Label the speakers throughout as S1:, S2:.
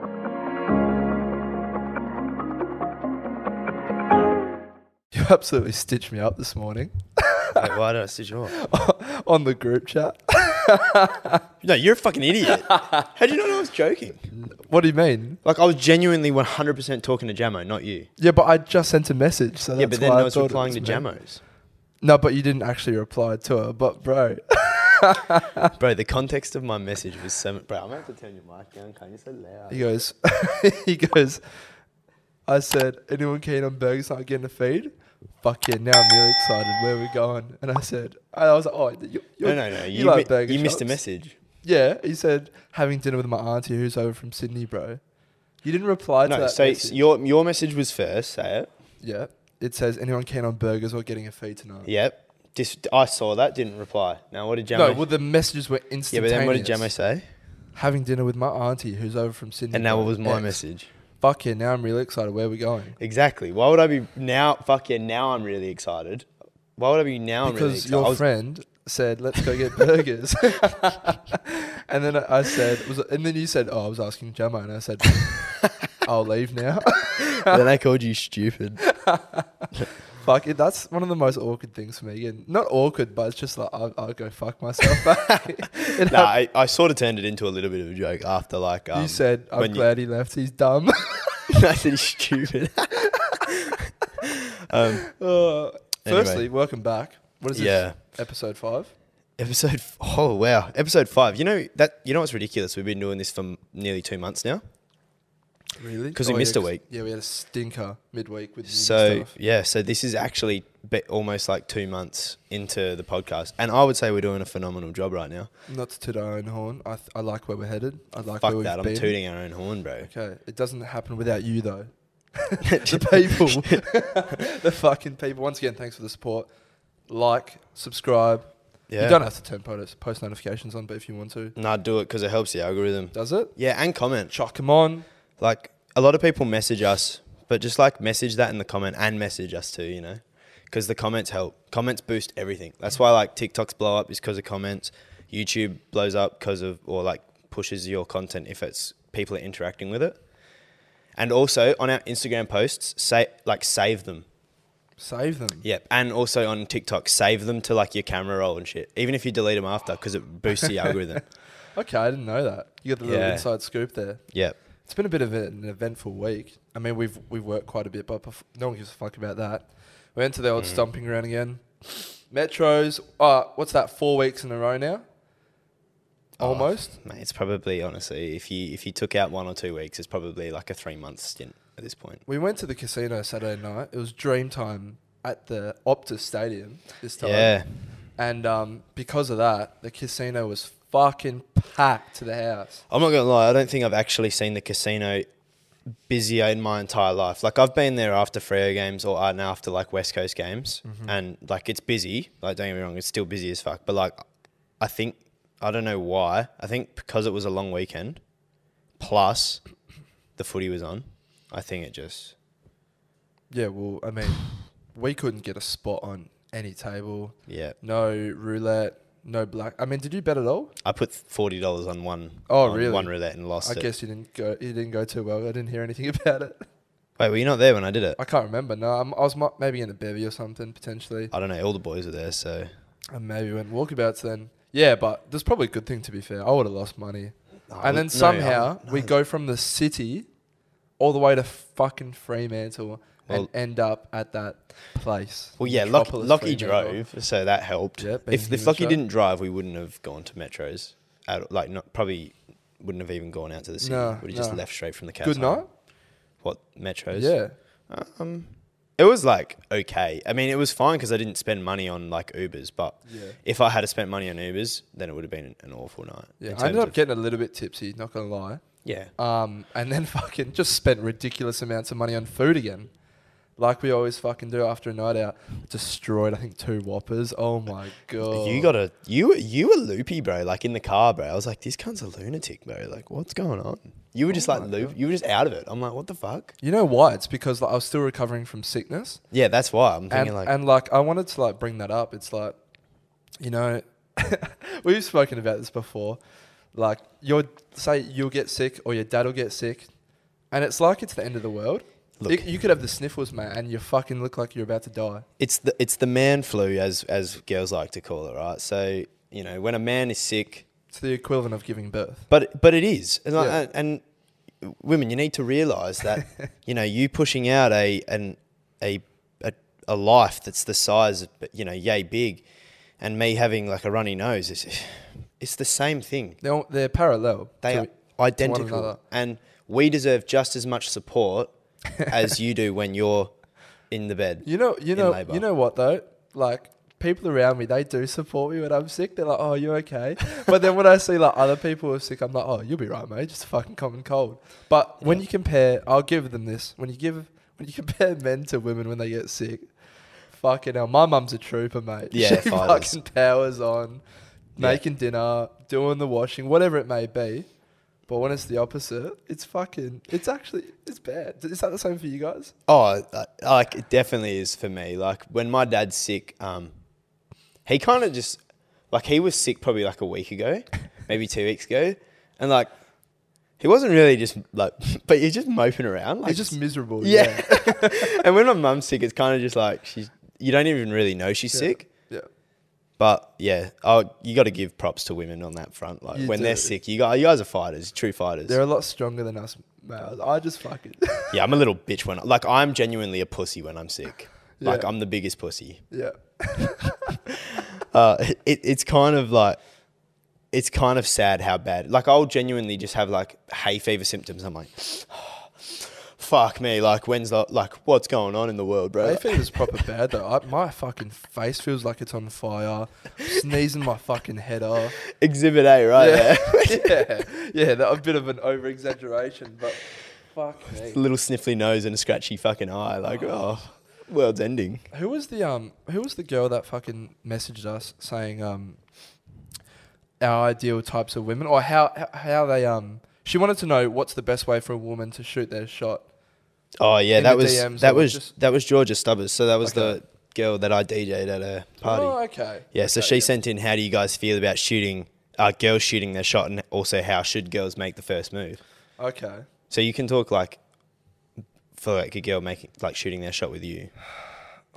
S1: absolutely stitched me up this morning
S2: Wait, why did I stitch you up?
S1: on the group chat.
S2: No, you're a fucking idiot. How did you not know I was joking?
S1: What do you mean?
S2: Like I was genuinely 100% talking to Jamo, not you.
S1: Yeah, but I just sent a message, so that's
S2: yeah, but then
S1: why
S2: I
S1: I
S2: was
S1: thought it
S2: replying to
S1: was me.
S2: Jamo's.
S1: No, but you didn't actually reply to her. But bro,
S2: Bro, the context of my message was so. Bro, I'm gonna have to turn your mic down. Can't you so loud?
S1: he goes, he goes. I said, anyone keen on burgers not getting a feed? Fuck yeah! Now I'm really excited. Where we going? And I said, and I was like, oh, you, you
S2: No, no, no. You,
S1: you like
S2: mi-
S1: burger
S2: you missed a
S1: shops?
S2: message.
S1: Yeah, he said having dinner with my auntie who's over from Sydney, bro. You didn't reply to
S2: No,
S1: that.
S2: so it's-
S1: message.
S2: your your message was first. Say it.
S1: yeah, it says anyone keen on burgers or getting a feed tonight.
S2: Yep. Dis- I saw that. Didn't reply. Now what did Jamo?
S1: No, well the messages were
S2: yeah, but
S1: instantaneous.
S2: then what did Jamo say?
S1: Having dinner with my auntie who's over from Sydney.
S2: And now
S1: bro.
S2: what was my
S1: X.
S2: message?
S1: Fuck yeah! Now I'm really excited. Where we going?
S2: Exactly. Why would I be now? Fuck yeah! Now I'm really excited. Why would I be now? I'm really
S1: because
S2: excited.
S1: your
S2: I was-
S1: friend said, "Let's go get burgers," and then I I said, was, "And then you said, oh, I was asking Gemma," and I said, "I'll leave now."
S2: then I called you stupid.
S1: Fuck it. That's one of the most awkward things for me. Again, not awkward, but it's just like I, I'll go fuck myself. It
S2: No, I, I sort of turned it into a little bit of a joke after like
S1: hap-
S2: um,
S1: you said, "I'm
S2: when you-
S1: glad he left. He's dumb."
S2: I said he's stupid. um,
S1: Uh,
S2: Anyway.
S1: Firstly, welcome back. What is this?
S2: Yeah.
S1: Episode five.
S2: episode f- oh wow episode five. You know that you know what's ridiculous? We've been doing this for m- nearly two months now.
S1: Really? Oh,
S2: 'Cause we
S1: yeah,
S2: missed a week.
S1: Yeah, we had a stinker midweek with new
S2: So
S1: stuff.
S2: yeah, so this is actually be- almost like two months into the podcast, and I would say we're doing a phenomenal job right now.
S1: Not to toot our own horn. I, th- I like where we're headed. I like where
S2: Fuck
S1: we've
S2: that! I'm
S1: been.
S2: tooting our own horn, bro.
S1: Okay, it doesn't happen without you though. the people, the fucking people. Once again, thanks for the support. Like, subscribe.
S2: Yeah,
S1: You don't have to turn post, post notifications on, but if you want to,
S2: nah, do it because it helps the algorithm.
S1: does it?
S2: Yeah, and comment.
S1: Chuck 'em on.
S2: Like a lot of people message us, but just like message that in the comment and message us too, you know, because the comments help. Comments boost everything. That's why like TikToks blow up is because of comments. YouTube blows up because of or like pushes your content if it's people are interacting with it. And also on our Instagram posts, say like save them.
S1: Save them.
S2: Yep. And also on TikTok, save them to like your camera roll and shit. Even if you delete them after, because it boosts the algorithm.
S1: Okay, I didn't know that. You got the little
S2: Yeah.
S1: inside scoop there.
S2: Yep.
S1: It's been a bit of an eventful week. I mean, we've we've worked quite a bit, but bef- no one gives a fuck about that. We went to the old stomping ground again. Metros. Uh, what's that? Four weeks in a row now.
S2: Oh,
S1: Almost.
S2: Mate, it's probably honestly, if you if you took out one or two weeks, it's probably like a three month stint at this point.
S1: We went to the casino Saturday night. It was dream time at the Optus Stadium this time.
S2: Yeah,
S1: And um, because of that, the casino was fucking packed to the house.
S2: I'm not gonna lie. I don't think I've actually seen the casino busier in my entire life. Like I've been there after Freo games or uh, now after like West Coast games, and like it's busy. Like don't get me wrong, it's still busy as fuck. But like, I think I don't know why. I think because it was a long weekend, plus the footy was on. I think it just
S1: Yeah, well, I mean, we couldn't get a spot on any table.
S2: yeah.
S1: No roulette, no black. I mean, did you bet at all?
S2: I put forty dollars on one.
S1: Oh,
S2: on
S1: really?
S2: One roulette and lost
S1: I
S2: it.
S1: guess you didn't go. You didn't go too well. I didn't hear anything about it.
S2: Wait, were you not there when I did it?
S1: I can't remember. No, I'm, I was mi- maybe in a bevy or something potentially.
S2: I don't know. All the boys were there, so
S1: And maybe went walkabouts then. Yeah, but that's probably a good thing to be fair. I would have lost money.
S2: I
S1: and
S2: would-
S1: then
S2: no,
S1: somehow
S2: I-
S1: we
S2: no.
S1: go from the city all the way to fucking Fremantle
S2: Well-
S1: and end up at that place.
S2: Well, yeah, luck,
S1: Metropolis
S2: lucky
S1: Fremantle.
S2: drove, so that helped.
S1: Yeah, being
S2: if
S1: human
S2: if lucky
S1: drive.
S2: didn't drive, we wouldn't have gone to metros. At, like, not probably wouldn't have even gone out to the city.
S1: No,
S2: Would have just
S1: no.
S2: left straight from the cab.
S1: Good night.
S2: What metros?
S1: Yeah.
S2: Um, it was like okay. I mean, it was fine because I didn't spend money on like Ubers. But
S1: Yeah.
S2: if I had to spent money on Ubers, then it would have been an awful night.
S1: Yeah.
S2: in
S1: I ended
S2: terms
S1: up
S2: of-
S1: getting a little bit tipsy, not gonna lie.
S2: yeah.
S1: Um, and then fucking just spent ridiculous amounts of money on food again. Like we always fucking do after a night out. Destroyed, I think, two whoppers. Oh my god.
S2: You got a you were- you were loopy, bro. Like in the car, bro. I was like, this cunt's a lunatic, bro. Like, what's going on? You were just like loop. You were just out of it. I'm like, what the fuck?
S1: You know why? It's because like, I was still recovering from sickness.
S2: Yeah, that's why I'm thinking
S1: and
S2: like,
S1: and like I wanted to like bring that up. It's like, you know, we've spoken about this before. Like you'll say you'll get sick or your dad will get sick, and it's like it's the end of the world.
S2: Look,
S1: You, you could have the sniffles, mate, and you fucking look like you're about to die.
S2: it's the it's the man flu as as girls like to call it, right? So you know when a man is sick,
S1: It's the equivalent of giving birth.
S2: but but it is, and, like-
S1: Yeah.
S2: and and women, you need to realise that you know you pushing out a an a, a a life that's the size of you know yay big, and me having like a runny nose is it's the same thing.
S1: They're, all- they're parallel.
S2: They
S1: to
S2: are
S1: it- another.
S2: identical, and we deserve just as much support as you do when you're in the bed.
S1: You know, you
S2: in
S1: know,
S2: labour.
S1: you know what though? Like people around me, they do support me when I'm sick. They're like, "Oh, you okay?" But then when I see like other people who are sick, I'm like, "Oh, you'll be right, mate. Just a fucking common cold." But when you compare, I'll give them this. When you give, when you compare men to women when they get sick, fucking hell, my mum's a trooper, mate.
S2: Yeah,
S1: she
S2: fighters.
S1: fucking powers on,
S2: Yeah.
S1: making dinner, doing the washing, whatever it may be. But when it's the opposite, it's fucking, it's actually, it's bad. Is that the same for you guys?
S2: Oh, uh, like it definitely is for me. Like when my dad's sick, um, he kind of just like he was sick probably like a week ago, maybe two weeks ago, and like he wasn't really just like, but you're just moping around. Like,
S1: It's just miserable.
S2: yeah. and when my mum's sick, it's kind of just like she's you don't even really know she's
S1: Yeah.
S2: sick.
S1: Yeah.
S2: But yeah, oh, you got to give props to women on that front. Like
S1: You
S2: when they're
S1: do.
S2: sick, you guys, you guys are fighters, true fighters.
S1: They're a lot stronger than us males. I just fucking
S2: yeah, I'm a little bitch when like I'm genuinely a pussy when I'm sick. Like
S1: Yeah.
S2: I'm the biggest pussy.
S1: yeah.
S2: uh, it, it's kind of like it's kind of sad how bad. Like I'll genuinely just have like hay fever symptoms. I'm like, fuck me. Like when's the like what's going on in the world, bro?
S1: Hay fever's proper bad though. I, my fucking face feels like it's on fire. Sneezing my fucking head off.
S2: Exhibit A, right?
S1: yeah,
S2: Oh, Yeah.
S1: yeah, yeah. That a bit of an over exaggeration, but fuck me.
S2: Little sniffly nose and a scratchy fucking eye. Like oh, world's ending.
S1: Who was the um? Who was the girl that fucking messaged us saying um? Our ideal types of women, or how how- how they um? She wanted to know what's the best way for a woman to shoot their shot.
S2: Oh yeah,
S1: In
S2: that
S1: the
S2: was
S1: DMs
S2: that
S1: or
S2: was
S1: just-
S2: that was Georgia Stubbers. So that was
S1: Okay.
S2: the girl that I DJ'd at a party.
S1: Oh, okay.
S2: Yeah, so
S1: Okay,
S2: she sent in, how do you guys feel about shooting, uh, girls shooting their shot, and also how should girls make the first move?
S1: Okay.
S2: So you can talk like for like a girl making like shooting their shot with you.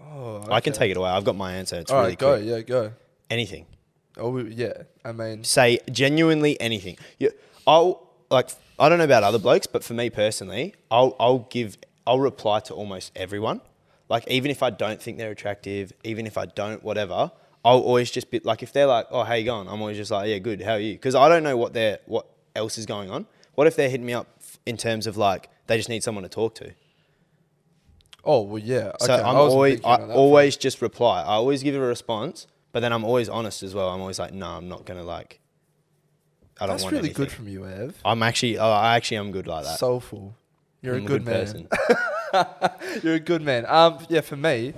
S1: Oh,
S2: I can
S1: okay.
S2: take it away. I've got my answer. It's
S1: All
S2: really
S1: right, go.
S2: quick.
S1: Yeah, go.
S2: Anything.
S1: Oh we- yeah, I mean,
S2: Say genuinely anything. You, I'll like I don't know about other blokes, but for me personally, I'll I'll give I'll reply to almost everyone. Like even if I don't think they're attractive, even if I don't whatever, I'll always just be like if they're like, "Oh, how you going?" I'm always just like, "Yeah, good. How are you?" Because I don't know what they're what else is going on. What if they're hitting me up f- in terms of like they just need someone to talk to?
S1: oh well, yeah.
S2: So
S1: okay,
S2: I'm
S1: wasn't
S2: always,
S1: thinking
S2: I
S1: on that
S2: always just reply. I always give a response, but then I'm always honest as well. I'm always like, no, I'm not gonna like. I
S1: front.
S2: don't
S1: That's
S2: want
S1: really
S2: anything.
S1: good from you, Ev.
S2: I'm actually, oh, I actually am good like that.
S1: Soulful. You're a
S2: I'm
S1: good, man. You're a good man. Um, yeah, for me,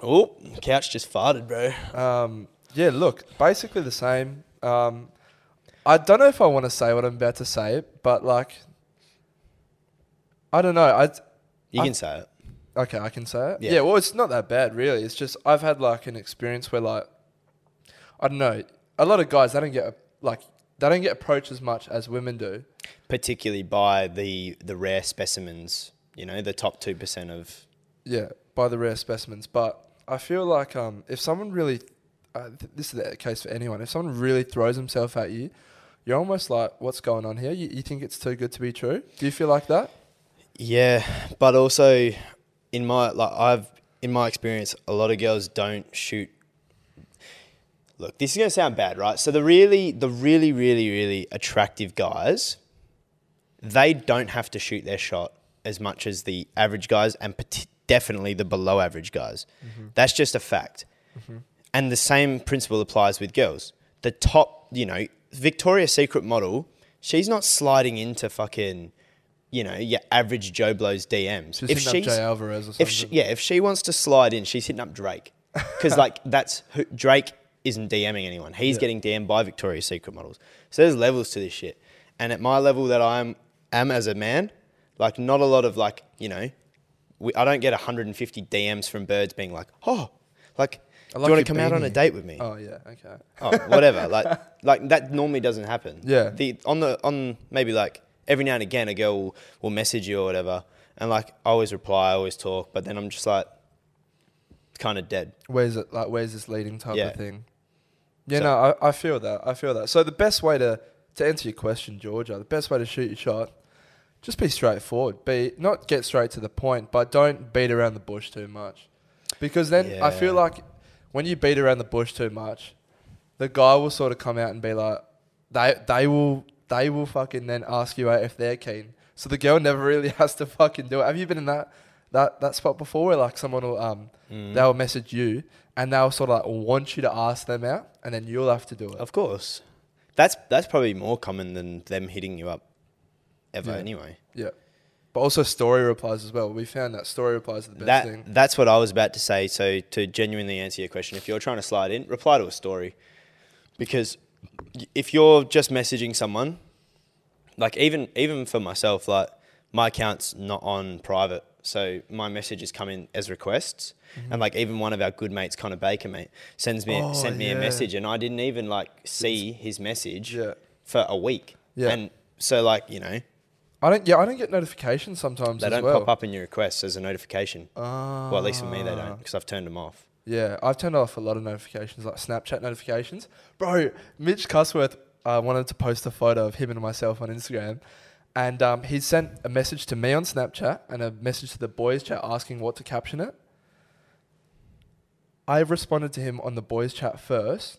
S2: oh, couch just farted, bro.
S1: um, yeah. Look, basically the same. Um, I don't know if I want to say what I'm about to say, but like, I don't know. I
S2: You
S1: I-
S2: can say it.
S1: Okay, I can say it.
S2: Yeah.
S1: Yeah. well, it's not that bad, really. It's just I've had like an experience where like I don't know, a lot of guys they don't get like they don't get approached as much as women do.
S2: Particularly by the the rare specimens, you know, the top two percent of.
S1: Yeah, by the rare specimens. But I feel like um, if someone really, uh, th- this is the case for anyone. If someone really throws himself at you, you're almost like, what's going on here? You, you think it's too good to be true? Do you feel like that?
S2: Yeah, but also, in my like, I've in my experience, a lot of girls don't shoot look, this is going to sound bad, right? So the really, the really, really, really attractive guys, they don't have to shoot their shot as much as the average guys, and pat- definitely the below average guys. That's just a fact. And the same principle applies with girls. The top, you know, Victoria's Secret model, she's not sliding into fucking, you know, your average Joe Blow's DMs.
S1: Just think of Jay Alvarez or something.
S2: If she, yeah, if she wants to slide in, she's hitting up Drake because like that's who, Drake isn't DMing anyone. He's getting DM'd by Victoria's Secret models. So there's levels to this shit. And at my level that I'm am as a man, like not a lot of like you know, we, I don't get 150 DMs from birds being like, oh, like,
S1: I like
S2: do you want
S1: your
S2: to come out on a
S1: beanie."
S2: date with me?
S1: Oh yeah. Okay.
S2: oh, whatever. like like that normally doesn't happen.
S1: Yeah.
S2: The on the on maybe like every now and again a girl will, will message you or whatever And like I always reply, I always talk, but then I'm just like kind of dead.
S1: where's it like where's this leading type
S2: Yeah.
S1: of thing yeah
S2: So-
S1: no I, I feel that i feel that so the best way to to answer your question georgia the best way to shoot your shot just be straightforward be not get straight to the point but don't beat around the bush too much because then i feel
S2: Yeah.
S1: like when you beat around the bush too much the guy will sort of come out and be like they they will they will fucking then ask you out if they're keen so the girl never really has to fucking do it have you been in that that that spot before where like someone will um
S2: Mm.
S1: they'll message you and they'll sort of like want you to ask them out and then you'll have to do it.
S2: Of course. That's that's probably more common than them hitting you up ever
S1: Yeah.
S2: anyway.
S1: Yeah. But also story replies as well. We found that story replies are the best
S2: that
S1: thing.
S2: that's what I was about to say. So to genuinely answer your question, if you're trying to slide in, reply to a story, because y- if you're just messaging someone, like even even for myself, like my account's not on private, so my messages come in as requests, and like even one of our good mates, Connor Baker, mate, sends me
S1: Mm-hmm. Oh,
S2: sent me
S1: yeah.
S2: a message, and I didn't even like see his message
S1: Yeah.
S2: for a week,
S1: Yeah.
S2: and so like you know
S1: I don't yeah, I don't get notifications sometimes
S2: they
S1: as
S2: don't
S1: well.
S2: pop up in your requests as a notification.
S1: Ah.
S2: Well, at least for me they don't because I've turned them off.
S1: Yeah, I've turned off a lot of notifications, like Snapchat notifications. Bro, Mitch Cusworth uh, wanted to post a photo of him and myself on Instagram, and um, he sent a message to me on Snapchat and a message to the boys chat asking what to caption it. I responded to him on the boys chat first.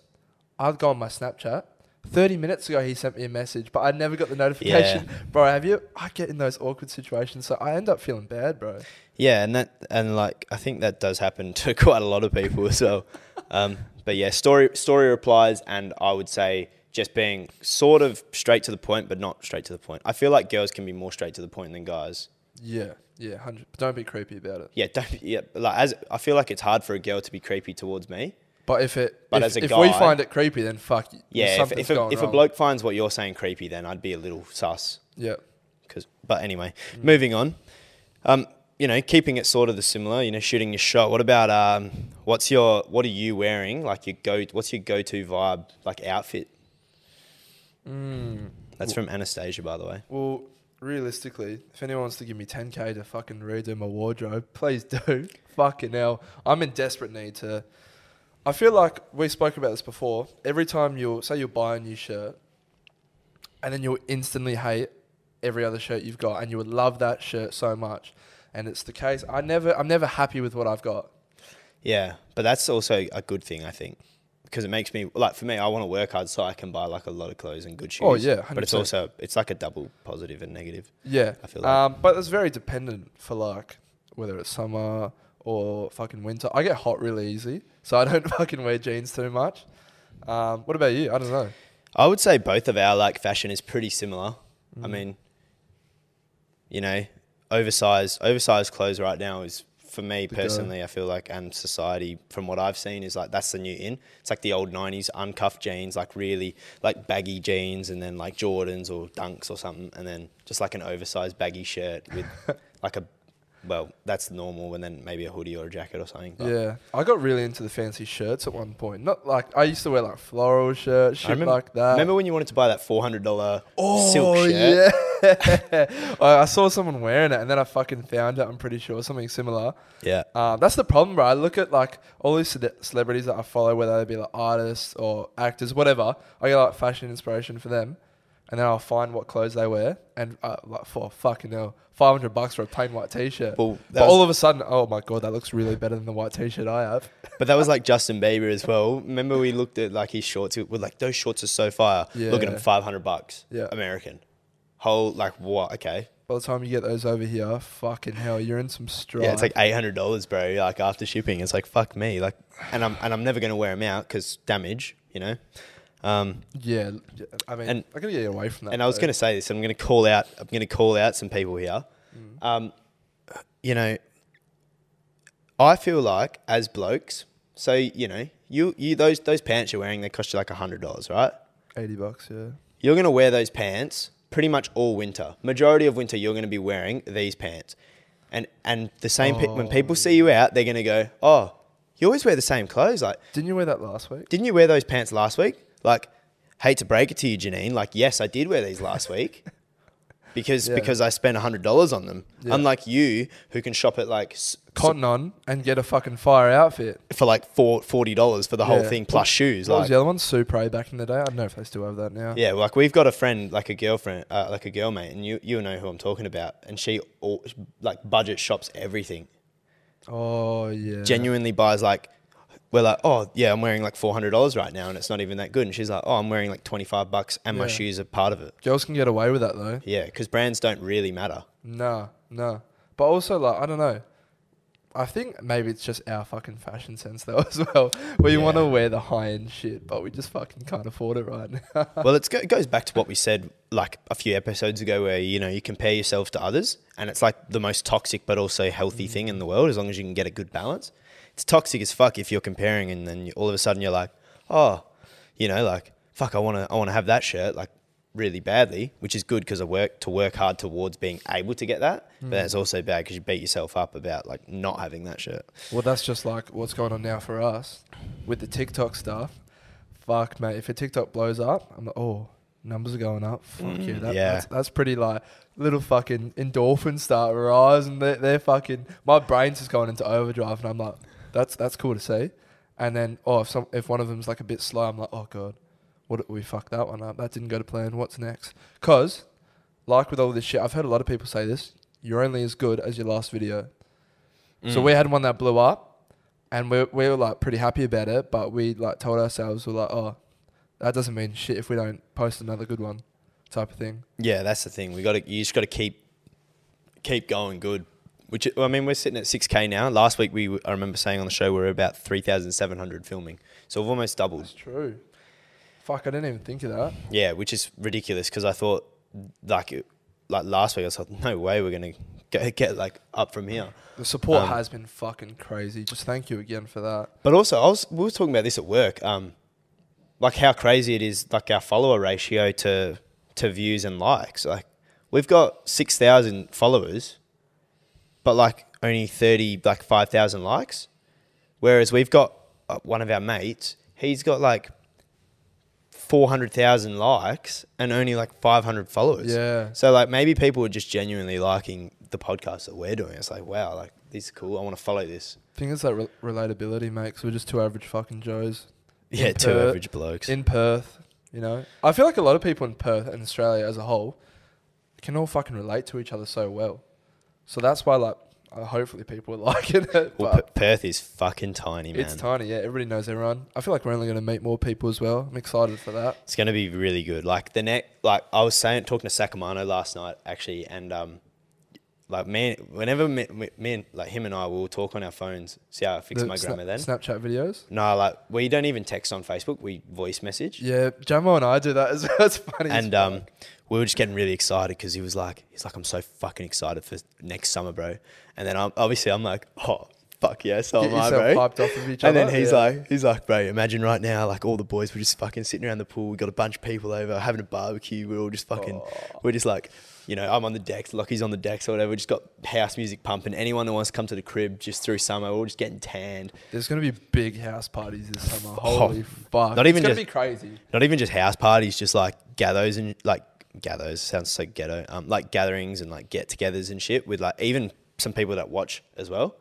S1: I'd go on my Snapchat. 30 minutes ago, he sent me a message, but I never got the notification. Bro, have you? I get in those awkward situations, so I end up feeling bad, bro.
S2: Yeah, and that and like I think that does happen to quite a lot of people as well. Um, but yeah, story story replies, and I would say just being sort of straight to the point, but not straight to the point. I feel like girls can be more straight to the point than guys.
S1: Yeah, yeah, 100. Don't be creepy about it.
S2: Yeah, don't, yeah. Like as I feel like it's hard for a girl to be creepy towards me.
S1: But if it,
S2: But
S1: if,
S2: as a
S1: if we
S2: guy-
S1: find it creepy, then fuck,
S2: Yeah, if,
S1: something's
S2: if, a,
S1: going
S2: if a
S1: wrong.
S2: bloke finds what you're saying creepy, then I'd be a little sus.
S1: yeah,
S2: Cause, but anyway, moving on. Um, you know, keeping it sort of the similar. You know, shooting your shot. What about um, what's your what are you wearing? Like your go. What's your go-to vibe? Like outfit. That's from Anastasia, by the way.
S1: Mm. well, realistically, if anyone wants to give me 10k to fucking redo my wardrobe, please do. fucking hell, I'm in desperate need to. I feel like we spoke about this before. Every time you'll say you'll buy a new shirt, and then you'll instantly hate every other shirt you've got, and you would love that shirt so much. And it's the case. I never, I'm never happy with what I've got.
S2: Yeah, but that's also a good thing, I think, because it makes me like for me, I want to work hard so I can buy like a lot of clothes and good shoes.
S1: Oh, yeah,
S2: but it's
S1: 100%.
S2: also it's like a double positive and negative.
S1: Yeah.
S2: I feel like.
S1: um, but it's very dependent for like whether it's summer or fucking winter. I get hot really easy, so I don't fucking wear jeans too much. Um, what about you? I don't know.
S2: I would say both of our like fashion is pretty similar. I
S1: Mm.
S2: mean, you know, oversized oversized clothes right now is for me
S1: go.
S2: personally. I feel like and society, from what I've seen, is like that's the new in. It's like the old '90s uncuffed jeans, like really like baggy jeans, and then like Jordans or Dunks or something, and then just like an oversized baggy shirt with like a well, that's normal, and then maybe a hoodie or a jacket or something. But
S1: Yeah, I got really into the fancy shirts at one point. Not like I used to wear like floral shirts, shit
S2: I remember,
S1: like that.
S2: remember when you wanted to buy that four hundred dollar
S1: Oh
S2: silk shirt?
S1: yeah, I I saw someone wearing it, and then I fucking found it. I'm pretty sure something similar.
S2: yeah.
S1: Um, that's the problem, bro. I look at like all these cede- celebrities that I follow, whether they be like artists or actors, whatever. I get like fashion inspiration for them, and then I'll find what clothes they wear, and uh, like for fucking hell, five hundred bucks for a plain white t-shirt.
S2: Well, that
S1: but
S2: was-
S1: all of a sudden, oh my god, that looks really better than the white t-shirt I have.
S2: But that was like Justin Bieber as well. Remember we looked at like his shorts. We're like, those shorts are so fire. Look at
S1: Yeah.
S2: them, five hundred bucks.
S1: Yeah.
S2: American. Whole like what? Okay.
S1: By the time you get those over here, fucking hell, you're in some strife.
S2: Yeah, it's like eight hundred dollars, bro. Like after shipping, it's like fuck me. Like, and I'm and I'm never gonna wear them out because damage, you know. Um,
S1: yeah. l- yeah, I mean,
S2: And-
S1: I gotta get away from that.
S2: and I was
S1: though.
S2: gonna say this. I'm gonna call out. I'm gonna call out some people here.
S1: Mm.
S2: Um, you know, I feel like as blokes. So you know, you you those those pants you're wearing they cost you like hundred dollars, right?
S1: eighty bucks. Yeah.
S2: You're going to wear those pants pretty much all winter. Majority of winter, you're going to be wearing these pants. And and the same pe- when
S1: Oh,
S2: people see you out, they're going to go, "Oh, you always wear the same clothes. Like,
S1: Didn't you wear that last week?
S2: didn't you wear those pants last week?" Like, hate to break it to you, Janine. Like, yes, I did wear these last week. because
S1: Yeah.
S2: because I spent hundred dollars on them.
S1: Yeah.
S2: Unlike you, who can shop at like s-
S1: Cotton on and get a fucking fire outfit.
S2: for like four, forty dollars for the whole
S1: Yeah.
S2: thing plus shoes.
S1: What was
S2: Like,
S1: the other one? Supre back in the day. I don't know if they still have that now.
S2: yeah, like we've got a friend, like a girlfriend, uh, like a girl mate, and you you know who I'm talking about, and she all, like budget shops everything.
S1: Oh yeah.
S2: Genuinely buys like. We're like, oh yeah, I'm wearing like four hundred dollars right now, and it's not even that good. And she's like, oh, I'm wearing like twenty five bucks, and my
S1: Yeah.
S2: shoes are part of it.
S1: Girls can get away with that though.
S2: Yeah, because brands don't really matter.
S1: Nah, nah. But also, like, I don't know. I think maybe it's just our fucking fashion sense though as well. We want to
S2: Yeah.
S1: wear the high end shit, but we just fucking can't afford it right now.
S2: well, it's go- it goes back to what we said like a few episodes ago, where you know you compare yourself to others, and it's like the most toxic but also healthy thing in the world. As long as you can get a good balance, it's toxic as fuck if you're comparing, and then you, all of a sudden you're like, oh, you know, like fuck, I want to, I want to have that shirt, like really badly, which is good because I work to work hard towards being able to get that, but that's also bad because you beat yourself up about like not having that shirt.
S1: well, that's just like what's going on now for us with the TikTok stuff. Fuck, mate. If a TikTok blows up, I'm like, oh, numbers are going up. Fuck yeah. That,
S2: yeah.
S1: That's, that's pretty like little fucking endorphins start rising. They're, they're fucking. My brain's just going into overdrive, and I'm like, that's that's cool to see. And then, oh, if some if one of them's like a bit slow, I'm like, oh god, what we fucked that one up. That didn't go to plan. What's next? Cause, like with all this shit, I've heard a lot of people say this. You're only as good as your last video. So
S2: Mm.
S1: we had one that blew up, and we we were like pretty happy about it. But we like told ourselves we're like, oh, that doesn't mean shit if we don't post another good one, type of thing.
S2: Yeah, that's the thing. We got to you just got to keep keep going good. Which I mean, we're sitting at six k now. Last week we I remember saying on the show we were about three thousand seven hundred filming, so we've almost doubled.
S1: That's true. Fuck, I didn't even think of that.
S2: Yeah, which is ridiculous because I thought like it- like last week I was like, no way we're gonna get, get like up from here.
S1: The support
S2: Um,
S1: has been fucking crazy. Just thank you again for that.
S2: But also, I was we were talking about this at work, um, like how crazy it is, like our follower ratio to to views and likes. Like we've got six thousand followers, but like only thirty, like five thousand likes. Whereas we've got uh, one of our mates, he's got like four hundred thousand likes and only like five hundred followers.
S1: Yeah.
S2: So like maybe people were just genuinely liking the podcast that we're doing. It's like wow, like this is cool. I want to follow this.
S1: thing is that re- relatability, mate. we we're just two average fucking Joes
S2: Yeah, two
S1: Perth-
S2: average blokes.
S1: in Perth. You know, I feel like a lot of people in Perth and Australia as a whole can all fucking relate to each other so well. So that's why, like, uh, hopefully people are liking it.
S2: Well,
S1: but
S2: P- Perth is fucking tiny, man.
S1: it's
S2: It's,
S1: tiny, yeah. Everybody knows everyone. I feel like we're only going to meet more people as well. I'm excited for that.
S2: going to be really good. Like the next, like I was saying, talking to Sakamano last night actually, and um, like man, whenever me, me, me and like him and I will talk on our phones, see how I fix
S1: The
S2: my
S1: sna-
S2: grammar then.
S1: Snapchat videos.
S2: no, like we don't even text on Facebook. We voice message,
S1: Yeah, Jamo and I do that as well. It's funny. as
S2: and um, we were just getting really excited because he was like, he's like, I'm so fucking excited for next summer, bro. And then I'm obviously I'm like, oh. Fuck yeah, so
S1: Get
S2: am I,
S1: yourself
S2: bro.
S1: hyped off of each
S2: and
S1: other,
S2: then he's
S1: yeah.
S2: like, he's like, bro, imagine right now, like all the boys were just fucking sitting around the pool. We got a bunch of people over, having a barbecue. We're all just fucking, we're just like, you know, I'm on the decks, Lockie's on the decks or whatever. We just got house music pumping. Anyone who wants to come to the crib just through summer, we're all just getting tanned.
S1: There's going to be big house parties this summer. Holy fuck.
S2: Oh, Not even
S1: it's going
S2: just-
S1: to be crazy.
S2: Not even just house parties, just like gathers and like gathers sounds so ghetto. Um, like gatherings and like get-togethers and shit with like even some people that watch as well.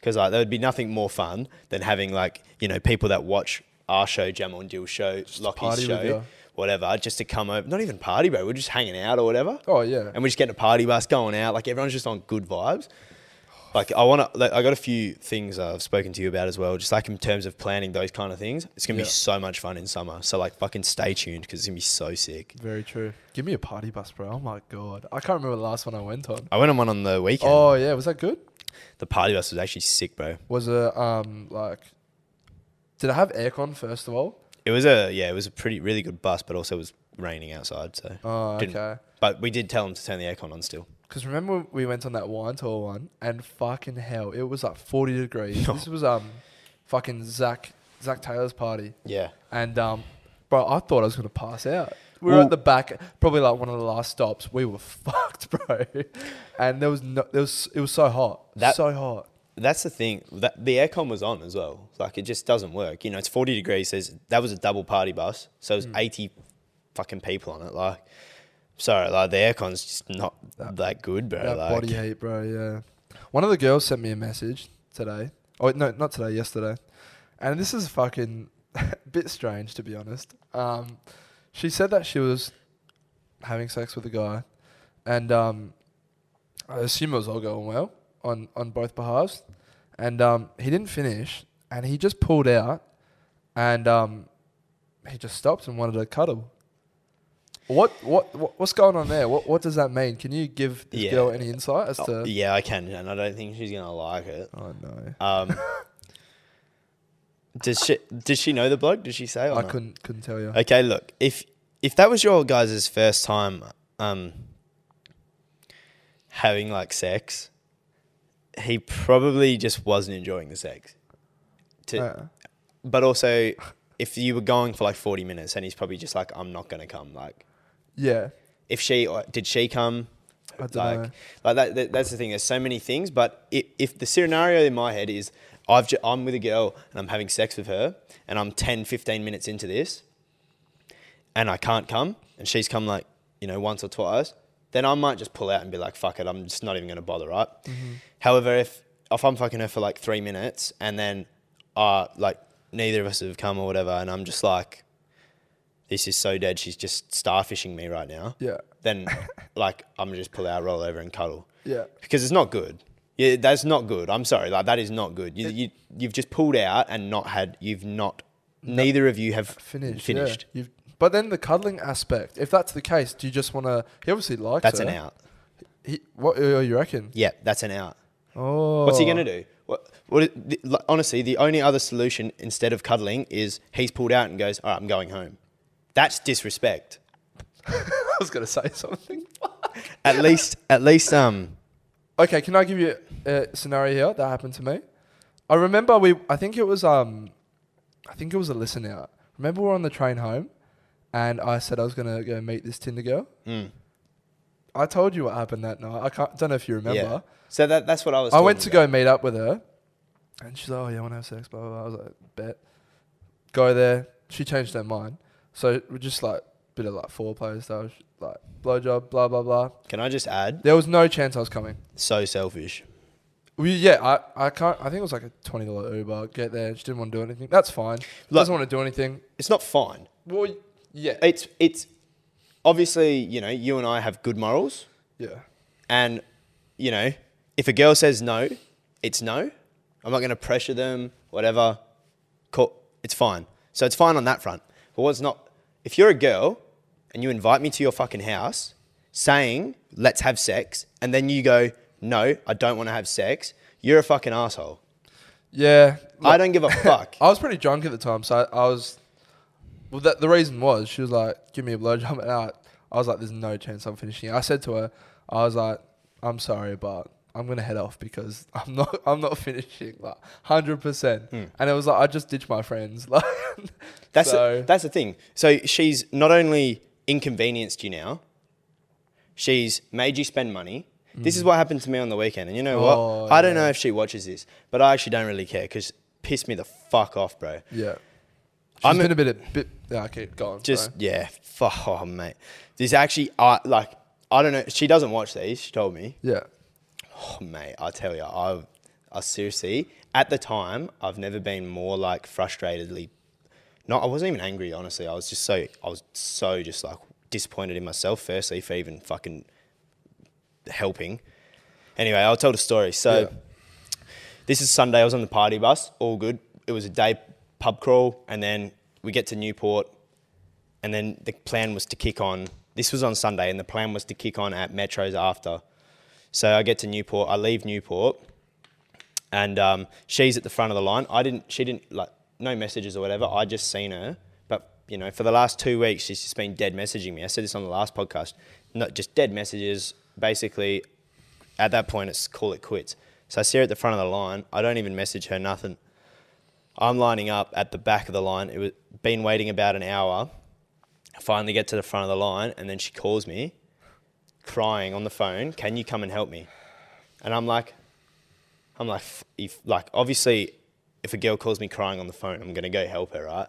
S2: Because like there would be nothing more fun than having like you know people that watch our show, Jamal and Dill's show,
S1: party
S2: Lockie's
S1: with
S2: show,
S1: you.
S2: whatever, just to come over. Not even party, bro. We're just hanging out or whatever.
S1: Oh, yeah.
S2: And we're just getting a party bus going out. Like everyone's just on good vibes. Like I want to. Like, I got a few things I've spoken to you about as well. Just like in terms of planning those kind of things, it's gonna
S1: Yeah.
S2: be so much fun in summer. So like fucking stay tuned because it's gonna be so sick.
S1: Very true. Give me a party bus, bro. Oh, my God. I can't remember the last one I went on.
S2: I went on one on the weekend.
S1: Oh, yeah. Was that good?
S2: The party bus was actually sick, bro.
S1: Was it, um, like, did I have aircon first of all?
S2: It was a yeah, it was a pretty really good bus, but also it was raining outside, so
S1: Oh,
S2: Didn't.
S1: okay.
S2: But we did tell them to turn the aircon on still.
S1: Because remember we went on that wine tour one and fucking hell, it was like 40 degrees. This was, um, fucking Zach, Zach Taylor's party.
S2: Yeah.
S1: And um, bro, I thought I was gonna pass out. We were
S2: Well-
S1: at the back, probably like one of the last stops. We were fucked, bro. And there was no, there was it was so hot,
S2: That-
S1: so hot.
S2: That's the thing. That the aircon was on as well. Like it just doesn't work. You know, it's forty
S1: Hmm.
S2: degrees. There's that was a double party bus, so it was eighty fucking people on it. Like Sorry, like the aircon's just not
S1: That-
S2: that, good, bro.
S1: That
S2: like,
S1: body heat, bro. Yeah. One of the girls sent me a message today. Oh no, not today. Yesterday, and this is fucking a bit strange to be honest. Um, she said that she was having sex with a guy, and um, I assume it was all going well on on both behalves, and um, he didn't finish, and he just pulled out, and um, he just stopped and wanted to cuddle. What what what- what's going on there? What what does that mean? Can you give this
S2: Yeah.
S1: girl any insight as
S2: Oh,
S1: to?
S2: yeah, I can, and I don't think she's gonna like it.
S1: Oh no,
S2: Um, does she? Did she know the bloke? Did she say? Or
S1: I
S2: not?
S1: couldn't couldn't tell you.
S2: Okay, look, if if that was your guys' first time um having like sex, he probably just wasn't enjoying the sex. To,
S1: Uh,
S2: but also if you were going for like 40 minutes and he's probably just like I'm not going to come like
S1: yeah,
S2: if she or- did she come
S1: I don't
S2: like
S1: know.
S2: like that, that that's the thing there's so many things but if, if the scenario in my head is I've ju- I'm with a girl and I'm having sex with her and I'm 10 15 minutes into this and I can't come and she's come like you know once or twice then I might just pull out and be like fuck it I'm just not even going to bother right
S1: Mm-hmm.
S2: however if if I'm fucking her for like 3 minutes and then uh like neither of us have come or whatever and I'm just like this is so dead she's just starfishing me right now
S1: Yeah,
S2: then like I'm gonna just pull out, roll over, and cuddle
S1: yeah.
S2: because it's not good. Yeah, that's not good. I'm sorry, like that is not good. You, you you've just pulled out and not had. You've not. Neither of you have
S1: finished.
S2: finished.
S1: Yeah. You've, but then the cuddling aspect, if that's the case, do you just want to? He obviously likes
S2: That's
S1: her.
S2: an out.
S1: He, what uh, you reckon?
S2: Yeah, that's an out.
S1: Oh,
S2: What's he gonna do? What? What? The, like, honestly, the only other solution instead of cuddling is he's pulled out and goes, "All right, I'm going home." That's disrespect.
S1: I was gonna say something.
S2: At least, at least, um,
S1: Okay, can I give you a scenario here that happened to me? I remember we. I think it was um, I think it was a listen out. Remember we were on the train home, and I said I was gonna go meet this Tinder girl.
S2: mm,
S1: I told you what happened that night. I can't, don't know if you remember.
S2: yeah. So that that's what I was.
S1: I went to go
S2: talking
S1: meet up with her, and she's like, "Oh yeah, I want to have sex." Blah blah. blah. I was like, "Bet." Go there. She changed her mind, so we're just like bit of like foreplay and stuff, like blowjob, blah blah blah.
S2: about. Can I just add?
S1: There was no chance I was coming.
S2: So selfish.
S1: We, yeah, I, I can't. I think it was like a twenty dollar Uber. Get there. She didn't want to do anything. That's fine. Doesn't want to do anything.
S2: It's not fine.
S1: Well, yeah,
S2: it's it's obviously you know you and I have good morals,
S1: yeah,
S2: and you know if a girl says no, it's no. I'm not going to pressure them, whatever. Cool, it's fine. So it's fine on that front. But what's not? If you're a girl and you invite me to your fucking house, saying let's have sex, and then you go no, I don't want to have sex, you're a fucking asshole.
S1: yeah.
S2: I don't give a fuck.
S1: I was pretty drunk at the time, so I, I was. Well, that, the reason was she was like, "Give me a blowjob," and I, I was like, "There's no chance I'm finishing." it." I said to her, "I was like, I'm sorry, but I'm gonna head off because I'm not, I'm not finishing like hundred percent." And it was like I just ditched my friends. Like,
S2: Hmm. That's
S1: so,
S2: the, that's the thing. So she's not only inconvenienced you now, she's made you spend money. This is what happened to me on the weekend, and you know what?
S1: Oh,
S2: I don't
S1: yeah.
S2: know if she watches this, but I actually don't really care because pissed me the fuck off, bro.
S1: yeah. She's
S2: I'm
S1: been a bit, a bit. Yeah, okay, go on.
S2: Just
S1: sorry.
S2: yeah, fuck, oh, mate. This actually, I like, I don't know. She doesn't watch these. She told me,
S1: yeah,
S2: oh, mate. I tell you, I, I seriously, at the time, I've never been more like frustratedly. No, I wasn't even angry. Honestly, I was just so, I was so just like disappointed in myself. Firstly, for even fucking helping. Anyway, I'll tell the story. So,
S1: Yeah.
S2: this is Sunday. I was on the party bus. All good. It was a day pub crawl, and then we get to Newport, and then the plan was to kick on. This was on Sunday, and the plan was to kick on at Metro's after. So I get to Newport. I leave Newport, and um, she's at the front of the line. I didn't. She didn't like no messages or whatever. I just seen her, but you know, for the last two weeks, she's just been dead messaging me. I said this on the last podcast. Not just dead messages. Basically, at that point, it's call it quits. So I see her at the front of the line. I don't even message her nothing. I'm lining up at the back of the line. It was been waiting about an hour. I finally get to the front of the line, and then she calls me, crying on the phone. Can you come and help me? And I'm like, I'm like, "F- if like obviously, if a girl calls me crying on the phone, I'm gonna go help her, right?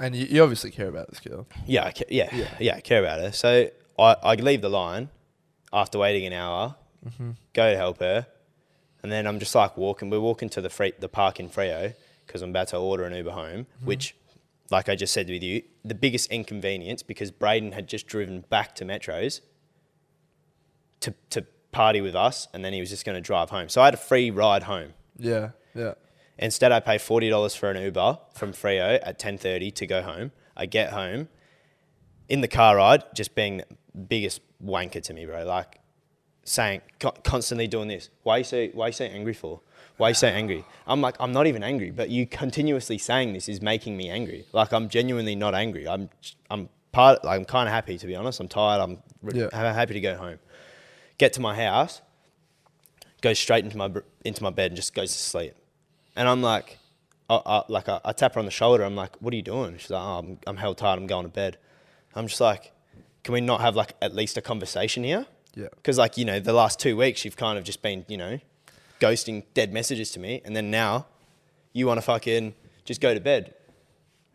S1: and you, you obviously care about this girl.
S2: Yeah, I ca- yeah, yeah, I care about her. So I, I leave the line after waiting an hour, go to help her, and then I'm just like walking. We're walking to the free, the park in Freo because I'm about to order an Uber home, which, like I just said with you, the biggest inconvenience because Braden had just driven back to Metro's to to party with us, and then he was just going to drive home. So I had a free ride home.
S1: Yeah, yeah.
S2: Instead, I pay forty dollars for an Uber from Freo at ten thirty to go home. I get home, in the car ride, just being the biggest wanker to me, bro. Like saying co- constantly doing this. Why you so Why you so angry for? Why you so angry? I'm like I'm not even angry, but you continuously saying this is making me angry. Like I'm genuinely not angry. I'm I'm part. Like, I'm kind of happy to be honest. I'm tired. I'm, re-
S1: Yeah.
S2: I'm happy to go home. Get to my house goes straight into my br- into my bed and just goes to sleep. And I'm like, I, I, like I, I tap her on the shoulder. I'm like, what are you doing? She's like, oh, I'm, I'm held tight. I'm going to bed. I'm just like, can we not have like at least a conversation here?
S1: Yeah.
S2: Because like you know the last two weeks you've kind of just been you know ghosting dead messages to me, and then now you want to fucking just go to bed.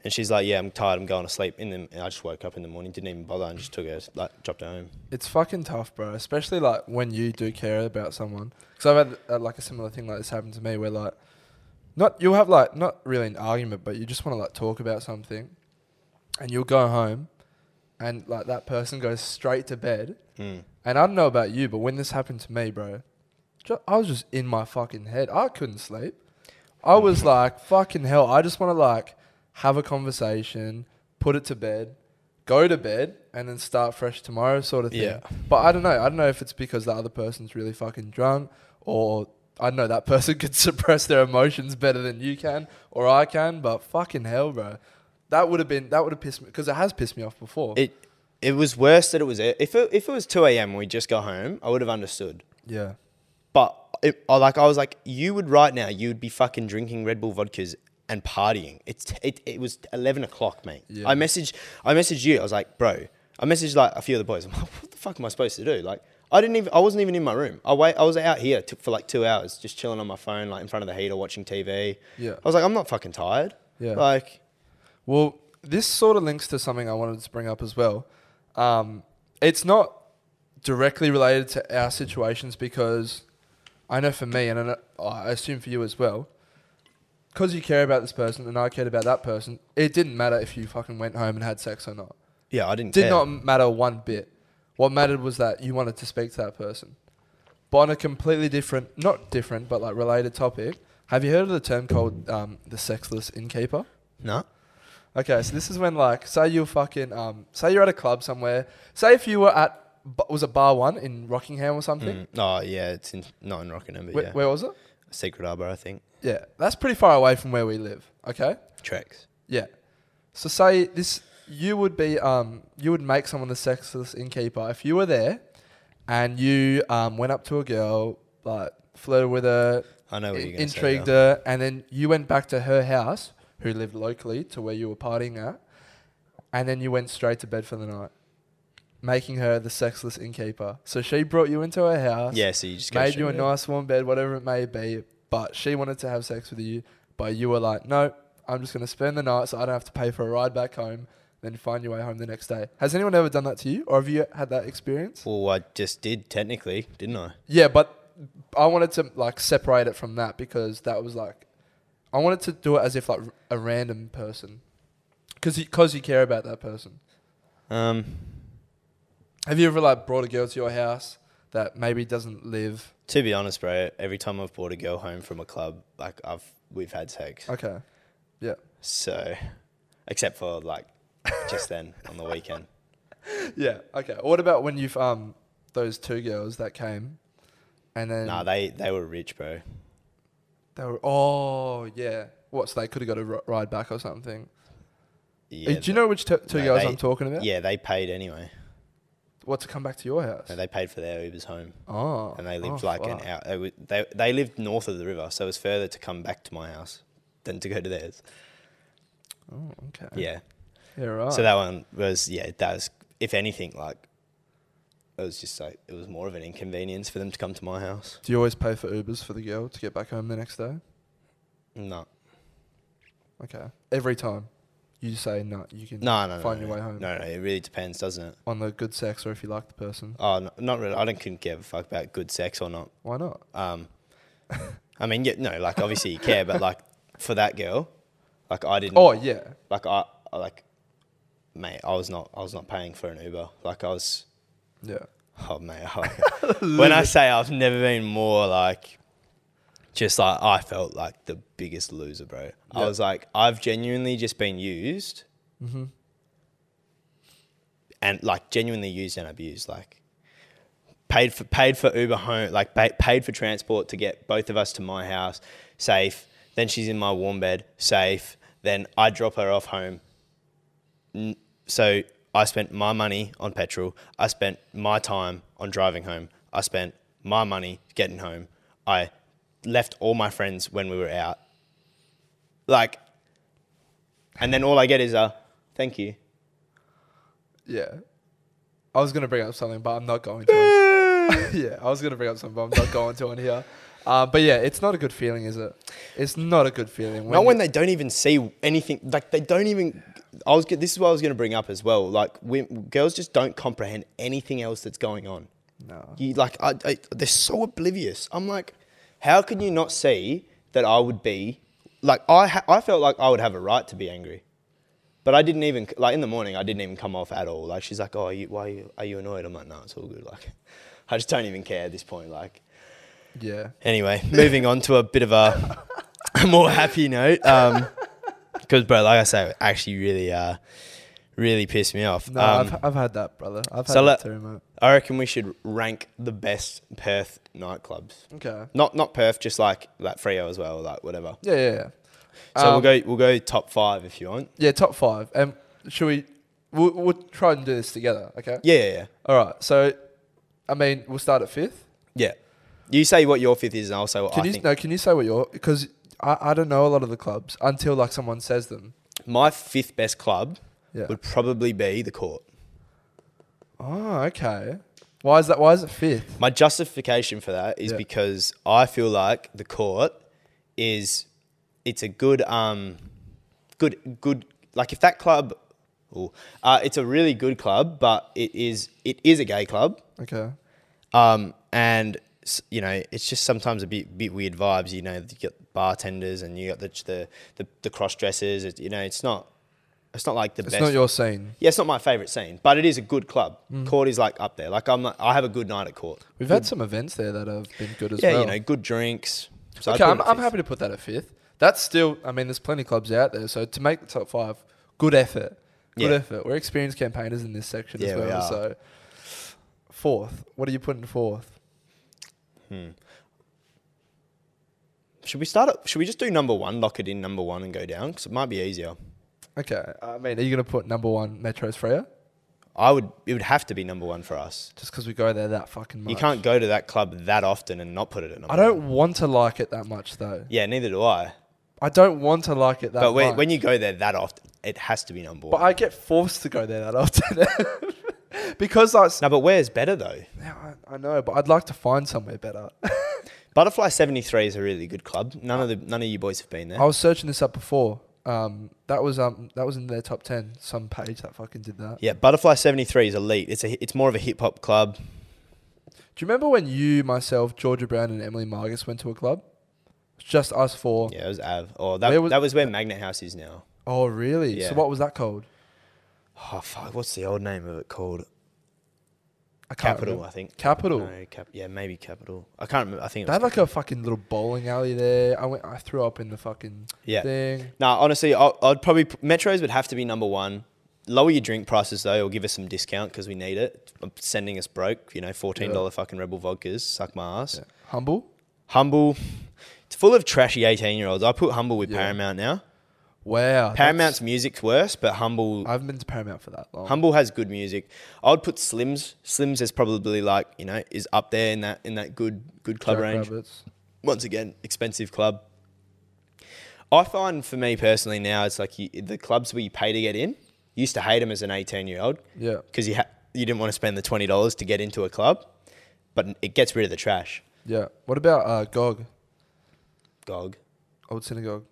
S2: And she's like, yeah, I'm tired. I'm going to sleep. And then and I just woke up in the morning, didn't even bother, and just took her like dropped her home.
S1: It's fucking tough, bro. Especially like when you do care about someone. Because I've had uh, like a similar thing like this happen to me, where like, not you'll have like not really an argument, but you just want to like talk about something, and you'll go home, and like that person goes straight to bed.
S2: Mm.
S1: And I don't know about you, but when this happened to me, bro, ju- I was just in my fucking head. I couldn't sleep. I was like, fucking hell. I just want to like have a conversation, put it to bed, go to bed, and then start fresh tomorrow, sort of thing.
S2: Yeah.
S1: But I don't know. I don't know if it's because the other person's really fucking drunk, or I know that person could suppress their emotions better than you can or I can. But fucking hell, bro, that would have been that would have pissed me because it has pissed me off before.
S2: It it was worse that it was if it, if it was two a.m. and we just got home, I would have understood.
S1: yeah.
S2: But it, I like I was like, you would right now, you would be fucking drinking Red Bull vodkas and partying. It's it, it was eleven o'clock, mate.
S1: Yeah.
S2: I messaged I messaged you. I was like, bro. I messaged like a few of the boys. I'm like, what the fuck am I supposed to do? Like, I didn't even I wasn't even in my room. I wait. I was out here t- for like two hours, just chilling on my phone, like in front of the heater, watching TV.
S1: Yeah.
S2: I was like, I'm not fucking tired.
S1: Yeah.
S2: Like,
S1: Well, this sort of links to something I wanted to bring up as well. Um, it's not directly related to our situations because I know for me, and I, know, I assume for you as well, because you care about this person and I cared about that person, it didn't matter if you fucking went home and had sex or not.
S2: yeah, I didn't.
S1: Did
S2: care.
S1: not matter one bit. What mattered was that you wanted to speak to that person. But on a completely different, not different, but like related topic, have you heard of the term called um, the sexless innkeeper?
S2: No.
S1: Okay, so this is when like say you fucking um say you're at a club somewhere. Say if you were at b- was it bar one in Rockingham or something?
S2: Mm. Oh yeah, it's in, not in Rockingham, but
S1: Where,
S2: yeah,
S1: where was it?
S2: Secret Arbor, I think.
S1: Yeah, that's pretty far away from where we live. Okay,
S2: Treks.
S1: yeah. So say this you would be um you would make someone the sexless innkeeper if you were there, and you um went up to a girl like flirted with her,
S2: I know what
S1: in-
S2: you're going to say. uh,
S1: intrigued
S2: though.
S1: her, and then you went back to her house, who lived locally to where you were partying at, and then you went straight to bed for the night, making her the sexless innkeeper. So she brought you into her house,
S2: Yeah, so you just go
S1: made
S2: straight
S1: you a
S2: there.
S1: nice warm bed, whatever it may be, but she wanted to have sex with you, but you were like, no, I'm just going to spend the night so I don't have to pay for a ride back home. Then find your way home the next day. Has anyone ever done that to you, or have you had that experience?
S2: Well, I just did technically, didn't I?
S1: Yeah, but I wanted to like separate it from that because that was like, I wanted to do it as if like a random person, because because you care about that person.
S2: Um,
S1: Have you ever like brought a girl to your house that maybe doesn't live?
S2: to be honest, bro, every time I've brought a girl home from a club, like I've we've had sex.
S1: Okay, yeah.
S2: So, except for like just then on the weekend.
S1: Yeah. Okay. What about when you've um those two girls that came, and then
S2: Nah, they they were rich, bro.
S1: they were oh yeah. What? So they could have got a r- ride back or something.
S2: Yeah.
S1: Hey, Do you know which t- two
S2: no,
S1: girls
S2: they-
S1: I'm talking about?
S2: Yeah, they paid anyway.
S1: What to come back to your house?
S2: No, they paid for their Ubers home,
S1: oh.
S2: and they lived
S1: oh,
S2: like
S1: fuck.
S2: an hour. They, were- they they lived north of the river, so it was further to come back to my house than to go to theirs.
S1: Oh, okay.
S2: Yeah.
S1: Yeah, right.
S2: So that one was yeah, that was if anything like it was just like it was more of an inconvenience for them to come to my house.
S1: Do you always pay for Ubers for the girl to get back home the next day?
S2: No.
S1: Okay. Every time. you say no, you can
S2: No, no, no.
S1: find
S2: no,
S1: your way home
S2: No, no, it really depends, doesn't it?
S1: on the good sex or if you like the person.
S2: Oh, no, not really. I don't couldn't give a fuck about good sex or not.
S1: Why not?
S2: Um, I mean, yeah, no, like obviously you care, but like for that girl, like I didn't.
S1: Oh yeah,
S2: like I, I like, mate, I was not, I was not paying for an Uber. Like I was,
S1: yeah.
S2: oh mate, I- when I say I've never been more like, just like I felt like the biggest loser, bro. I
S1: Yeah.
S2: was like, I've genuinely just been used, and like genuinely used and abused, like. Paid for paid for Uber home, like pa- paid for transport to get both of us to my house safe. Then she's in my warm bed safe. Then I drop her off home so I spent my money on petrol. I spent my time on driving home. I spent my money getting home. I left all my friends when we were out. Like, and then all I get is a thank you.
S1: Yeah. I was gonna bring up something, but I'm not going to. yeah, I was gonna bring up something, but I'm not going to on here. Uh, but yeah, it's not a good feeling, is it? It's not a good feeling.
S2: Not when
S1: you-
S2: they don't even see anything. Like they don't even. I was. This is what I was going to bring up as well. Like we, girls just don't comprehend anything else that's going on.
S1: No.
S2: You like I, I, they're so oblivious. I'm like, how can you not see that I would be like I ha- I felt like I would have a right to be angry, but I didn't even like in the morning I didn't even come off at all. Like she's like, oh, are you, why are you, are you annoyed? I'm like, no, it's all good. Like, I just don't even care at this point. Like,
S1: Yeah.
S2: anyway, moving on to a bit of a more happy note. Um 'cause because bro, like I say, it actually really uh really pissed me off.
S1: No,
S2: um,
S1: I've, I've had that, brother. I've had
S2: so
S1: that
S2: let-
S1: too, mate.
S2: I reckon we should rank the best Perth nightclubs.
S1: Okay.
S2: Not not Perth, just like like Frio as well, like whatever.
S1: Yeah, yeah, yeah.
S2: So
S1: Um,
S2: we'll go we'll go top five if you want.
S1: Yeah, top five. And should we? We'll, we'll try and do this together, okay?
S2: Yeah, yeah, yeah.
S1: All right. So, I mean, we'll start at fifth.
S2: Yeah. You say what your fifth is, and I'll say what
S1: Can
S2: I
S1: you
S2: think.
S1: no? Can you say what your? Because I, I don't know a lot of the clubs until like someone says them.
S2: My fifth best club
S1: Yeah.
S2: would probably be the Court.
S1: Oh, okay. Why is that? Why is it fifth?
S2: My justification for that is
S1: Yeah.
S2: because I feel like the Court is it's a good um good good like if that club, ooh, uh, it's a really good club, but it is it is a gay club.
S1: Okay.
S2: Um, and s- you know, it's just sometimes a bit bit weird vibes. You know, you got bartenders and you got the the the, the cross dressers. It, you know, it's not it's not like the
S1: It's
S2: best.
S1: not your Mm. scene.
S2: yeah, it's not my favorite scene, but it is a good club. Court is like up there. Like I'm, I have a good night at court.
S1: We've had some events there that have been good as
S2: yeah,
S1: well.
S2: you know, good drinks. So I'd
S1: okay,
S2: put
S1: I'm,
S2: it
S1: I'm
S2: fifth.
S1: happy to put that at fifth. That's still, I mean, there's plenty of clubs out there. So to make the top five, good effort. Good
S2: Yeah.
S1: effort. We're experienced campaigners in this section as
S2: Yeah, we
S1: well.
S2: are.
S1: So fourth, what are you putting fourth?
S2: Should we start? Up, should we just do number one? Lock it in number one and go down because it might be easier.
S1: Okay, I mean, are you going to put number one Metro's Freya?
S2: I would. It would have to be number one for us.
S1: Just because we go there that fucking much.
S2: You can't go to that club that often and not put it at number.
S1: I
S2: One.
S1: don't want to like it that much though.
S2: Yeah, neither do I.
S1: I don't want to like it that
S2: But when,
S1: much.
S2: when you go there that often, it has to be number
S1: but
S2: one.
S1: I get forced to go there that often because like,
S2: no, but where's better though?
S1: Yeah, I, I know, but I'd like to find somewhere better.
S2: Butterfly seventy three is a really good club. None of the none of you boys have been there.
S1: I was searching this up before. Um, that was um, that was in their top ten. Some page that fucking did that.
S2: Yeah, Butterfly seventy three is elite. It's a it's more of a hip hop club.
S1: Do you remember when you, myself, Georgia Brown, and Emily Margus went to a club? It's just us four.
S2: Yeah, it was Av. Oh, that
S1: Where was-
S2: that was where Magnet House is now.
S1: Oh, really?
S2: Yeah.
S1: So what was that called?
S2: Oh fuck, what's the old name of it called?
S1: I can't
S2: Capital,
S1: remember.
S2: I think.
S1: Capital.
S2: No, cap- yeah, maybe Capital. I can't remember. I think it
S1: They
S2: was
S1: had like a fucking little bowling alley there. I went. I threw up in the fucking
S2: Yeah.
S1: thing.
S2: No, honestly, i I'd probably Metros would have to be number one. Lower your drink prices though, or give us some discount because we need it. Sending us broke, you know, fourteen dollar fucking Rebel vodkas. Suck my ass.
S1: Yeah. Humble.
S2: Humble, it's full of trashy eighteen year olds. I put Humble with
S1: Yeah.
S2: Paramount now.
S1: Wow.
S2: Paramount's music's worse, but Humble
S1: that's- I haven't been to Paramount for that long.
S2: Humble has good music. I would put Slims. Slims is probably like you know is up there in that in that good good club
S1: Jack
S2: range.
S1: Rabbits.
S2: Once again, expensive club. I find for me personally now, it's like you, the clubs where you pay to get in. You used to hate them as an eighteen year old
S1: Yeah.
S2: because you ha- you didn't want to spend the twenty dollars to get into a club, but it gets rid of the trash.
S1: Yeah. What about uh, Gog?
S2: Gog.
S1: Old synagogue.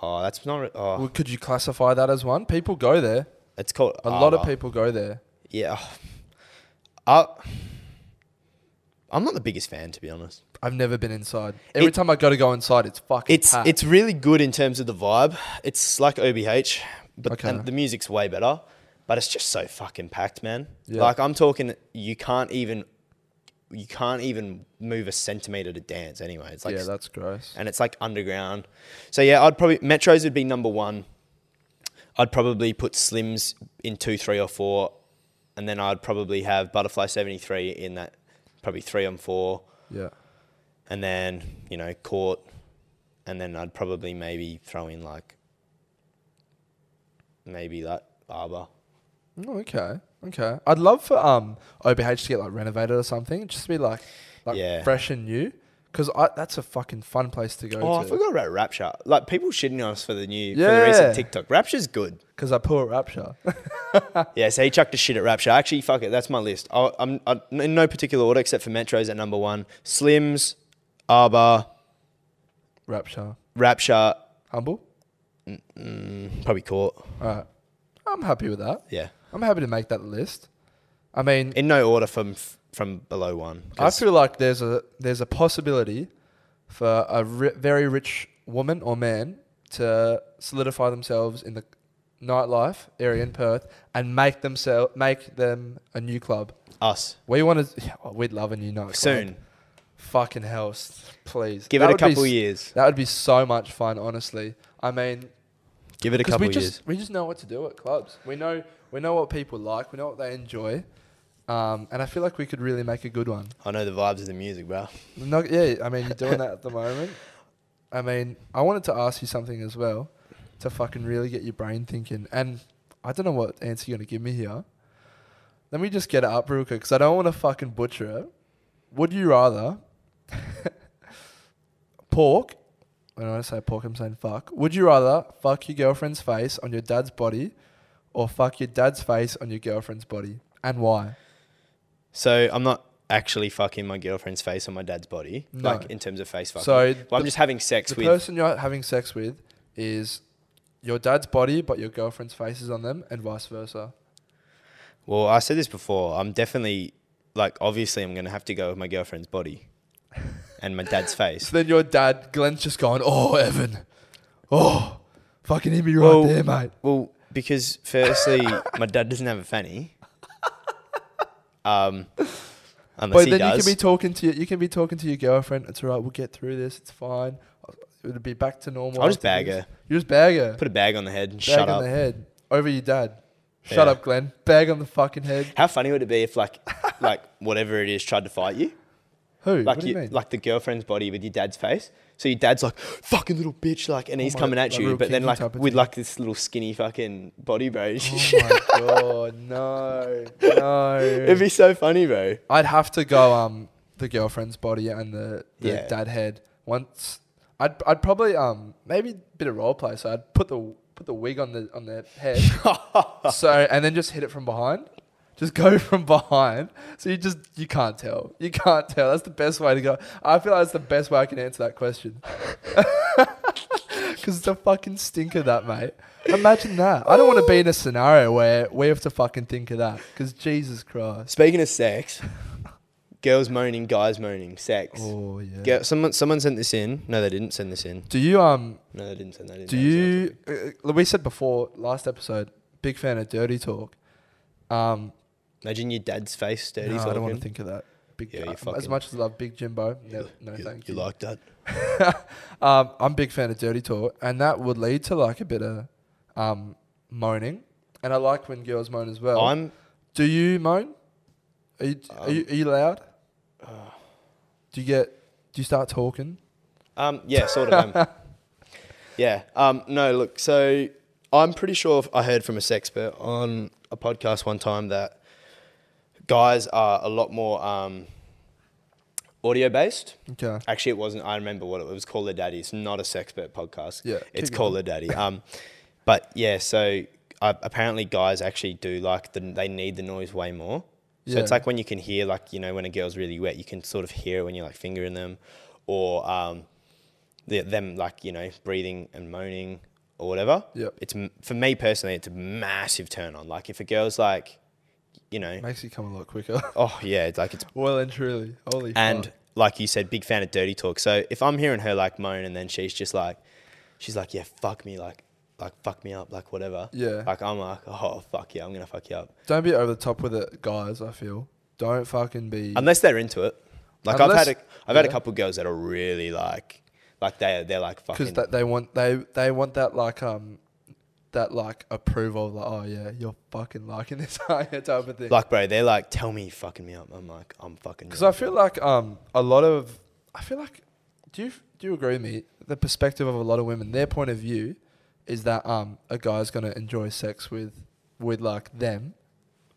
S2: Oh, that's not. re- Oh,
S1: Well, could you classify that as one? People go there.
S2: it's called oh.
S1: A lot
S2: Arla.
S1: of people go there.
S2: Yeah. I, I'm not the biggest fan, to be honest.
S1: I've never been inside. Every
S2: It-
S1: time I go to go inside, it's fucking.
S2: It's
S1: packed.
S2: it's really good in terms of the vibe. It's like OBH, but
S1: Okay.
S2: and the music's way better. But it's just so fucking packed, man.
S1: Yeah.
S2: Like I'm talking, you can't even you can't even move a centimeter to dance. Anyway, it's like
S1: yeah, that's gross.
S2: and it's like underground. So yeah, I'd probably Metros would be number one. I'd probably put Slims in two, three, or four, and then I'd probably have Butterfly seventy three in that probably three and four,
S1: Yeah.
S2: and then you know Court, and then I'd probably maybe throw in like maybe that Arbor.
S1: Oh, okay. Okay. I'd love for um OBH to get like renovated or something. Just to be like, like
S2: Yeah.
S1: fresh and new. Because I that's a fucking fun place to go
S2: Oh, I
S1: to.
S2: forgot about Rapture. Like people shitting on us for the new for the
S1: Yeah.
S2: recent TikTok. Rapture's good.
S1: Because I pull a rapture.
S2: Yeah, so he chucked a shit at Rapture. Actually, fuck it, that's my list. I, I'm I, in no particular order except for Metros at number one, Slims, Arbor,
S1: rapture.
S2: Rapture,
S1: Humble.
S2: probably Court.
S1: All right. I'm happy with that.
S2: Yeah,
S1: I'm happy to make that list. I mean,
S2: in no order from from below one.
S1: I
S2: 'cause-
S1: feel like there's a there's a possibility for a ri- very rich woman or man to solidify themselves in the nightlife area in Perth and make themselves make them a new club.
S2: us
S1: We want to. Yeah, oh, we'd love a new nightclub
S2: soon.
S1: Fucking hell, s- please
S2: Give
S1: That
S2: it a
S1: would be
S2: couple
S1: s-
S2: years.
S1: That would be so much fun, honestly. I mean,
S2: Give it a
S1: because
S2: couple
S1: we just
S2: years.
S1: we just know what to do at clubs. We know we know what people like. We know what they enjoy. Um, and I feel like we could really make a good one.
S2: I know the vibes of the music, bro.
S1: No, yeah, I mean, you're doing that at the moment. I mean, I wanted to ask you something as well to fucking really get your brain thinking. And I don't know what answer you're going to give me here. Let me just get it up real quick because I don't want to fucking butcher it. Would you rather pork? When I say pork, I'm saying fuck. Would you rather fuck your girlfriend's face on your dad's body or fuck your dad's face on your girlfriend's body? And why?
S2: So I'm not actually fucking my girlfriend's face on my dad's body,
S1: No.
S2: like in terms of face fucking.
S1: So
S2: So I'm
S1: the-
S2: just having sex
S1: the
S2: with.
S1: person you're having sex with is your dad's body, but your girlfriend's face is on them, and vice versa.
S2: well, I said this before. I'm definitely like obviously I'm gonna have to go with my girlfriend's body. And my dad's face.
S1: So then your dad, Glenn's just going, "Oh, Evan, oh, fucking hit me right
S2: Well-
S1: there, mate."
S2: Well, because firstly, my dad doesn't have a fanny. Um, unless
S1: But
S2: he
S1: then
S2: does.
S1: you can be talking to your, you can be talking to your girlfriend. It's all right. We'll get through this. It's fine. It'll be back to normal.
S2: I'll just
S1: after
S2: bag
S1: this."
S2: her.
S1: You just bag her.
S2: Put a bag on the head and
S1: bag on
S2: shut up.
S1: the head over your dad. Shut
S2: Yeah.
S1: up, Glenn. Bag on the fucking head.
S2: How funny would it be if like, like whatever it is tried to fight you,
S1: Who?
S2: like
S1: what do you, mean?
S2: like the girlfriend's body with your dad's face. So your dad's like fucking little bitch, like, and he's
S1: Oh, my
S2: coming
S1: God,
S2: at
S1: like
S2: you,
S1: real
S2: but then
S1: kinky
S2: like
S1: type of
S2: with
S1: thing.
S2: like this little skinny fucking body, bro.
S1: oh my god, no, no.
S2: It'd be so funny, bro.
S1: I'd have to go um the girlfriend's body and the, the
S2: Yeah.
S1: dad head once. I'd I'd probably um maybe a bit of role play. So I'd put the put the wig on the on their head. so and then just hit it from behind. Just go from behind. So you just you can't tell. You can't tell. That's the best way to go. I feel like that's the best way I can answer that question. Cause it's a fucking stinker that mate. Imagine that. I don't want to be in a scenario where we have to fucking think of that. Cause Jesus Christ.
S2: Speaking of sex, girls moaning, guys moaning, sex.
S1: Oh yeah.
S2: Girl, someone someone sent this in. No, they didn't send this in.
S1: Do you um
S2: No, they didn't send that in.
S1: do
S2: That was the
S1: you uh, uh, we said before last episode big fan of dirty talk. Um
S2: other- Imagine your dad's face, dirty.
S1: no, I don't want to
S2: think.
S1: think of that. Big
S2: Yeah, you
S1: uh, as
S2: fucking-
S1: much as I love Big Jimbo, no, no
S2: you,
S1: thank
S2: you
S1: you.
S2: like that?
S1: um I'm big fan of dirty talk and that would lead to like a bit of um moaning and I like when girls moan as well.
S2: I'm. Um,
S1: do you moan? Are you, are you are you loud?
S2: uh,
S1: do you get do you start talking?
S2: Um. Yeah. Sort of. am. yeah. Um. No. Look. So I'm pretty sure I heard from a sexpert on a podcast one time that guys are a lot more um, audio based.
S1: Okay.
S2: Actually, it wasn't. I remember what it was. Call the Daddy. It's not a sexpert podcast.
S1: Yeah,
S2: it's
S1: keep
S2: Call the Daddy. Um, but yeah, so uh, apparently guys actually do like the, they need the noise way more. So it's
S1: Yeah.
S2: like when you can hear like you know when a girl's really wet, you can sort of hear it when you're like fingering them, or um, the, them like you know breathing and moaning. or whatever.
S1: Yep.
S2: It's m- for me personally, it's a massive turn on. Like if a girl's like, you know,
S1: Makes you come a lot quicker.
S2: oh yeah, it's like it's
S1: well and truly. Holy
S2: and
S1: fuck.
S2: like you said, big fan of dirty talk. So if I'm hearing her like moan and then she's just like, she's like, yeah, fuck me, like, like fuck me up, like whatever.
S1: Yeah.
S2: Like I'm like, oh fuck yeah, I'm gonna fuck you up.
S1: Don't be over the top with it, guys, I feel. Don't fucking be
S2: Unless they're into it. Like
S1: Unless-
S2: I've had a, I've had a
S1: yeah.
S2: couple girls that are really like, like they they're like
S1: because
S2: fucking.
S1: that they want they they want that like um that like approval like oh yeah you're fucking liking this aren't you?" type of thing
S2: like bro, they're like, tell me you fucking me up. I'm like, I'm fucking.
S1: because I feel like um a lot of I feel like do you do you agree with me the perspective of a lot of women their point of view is that um a guy's gonna enjoy sex with with like them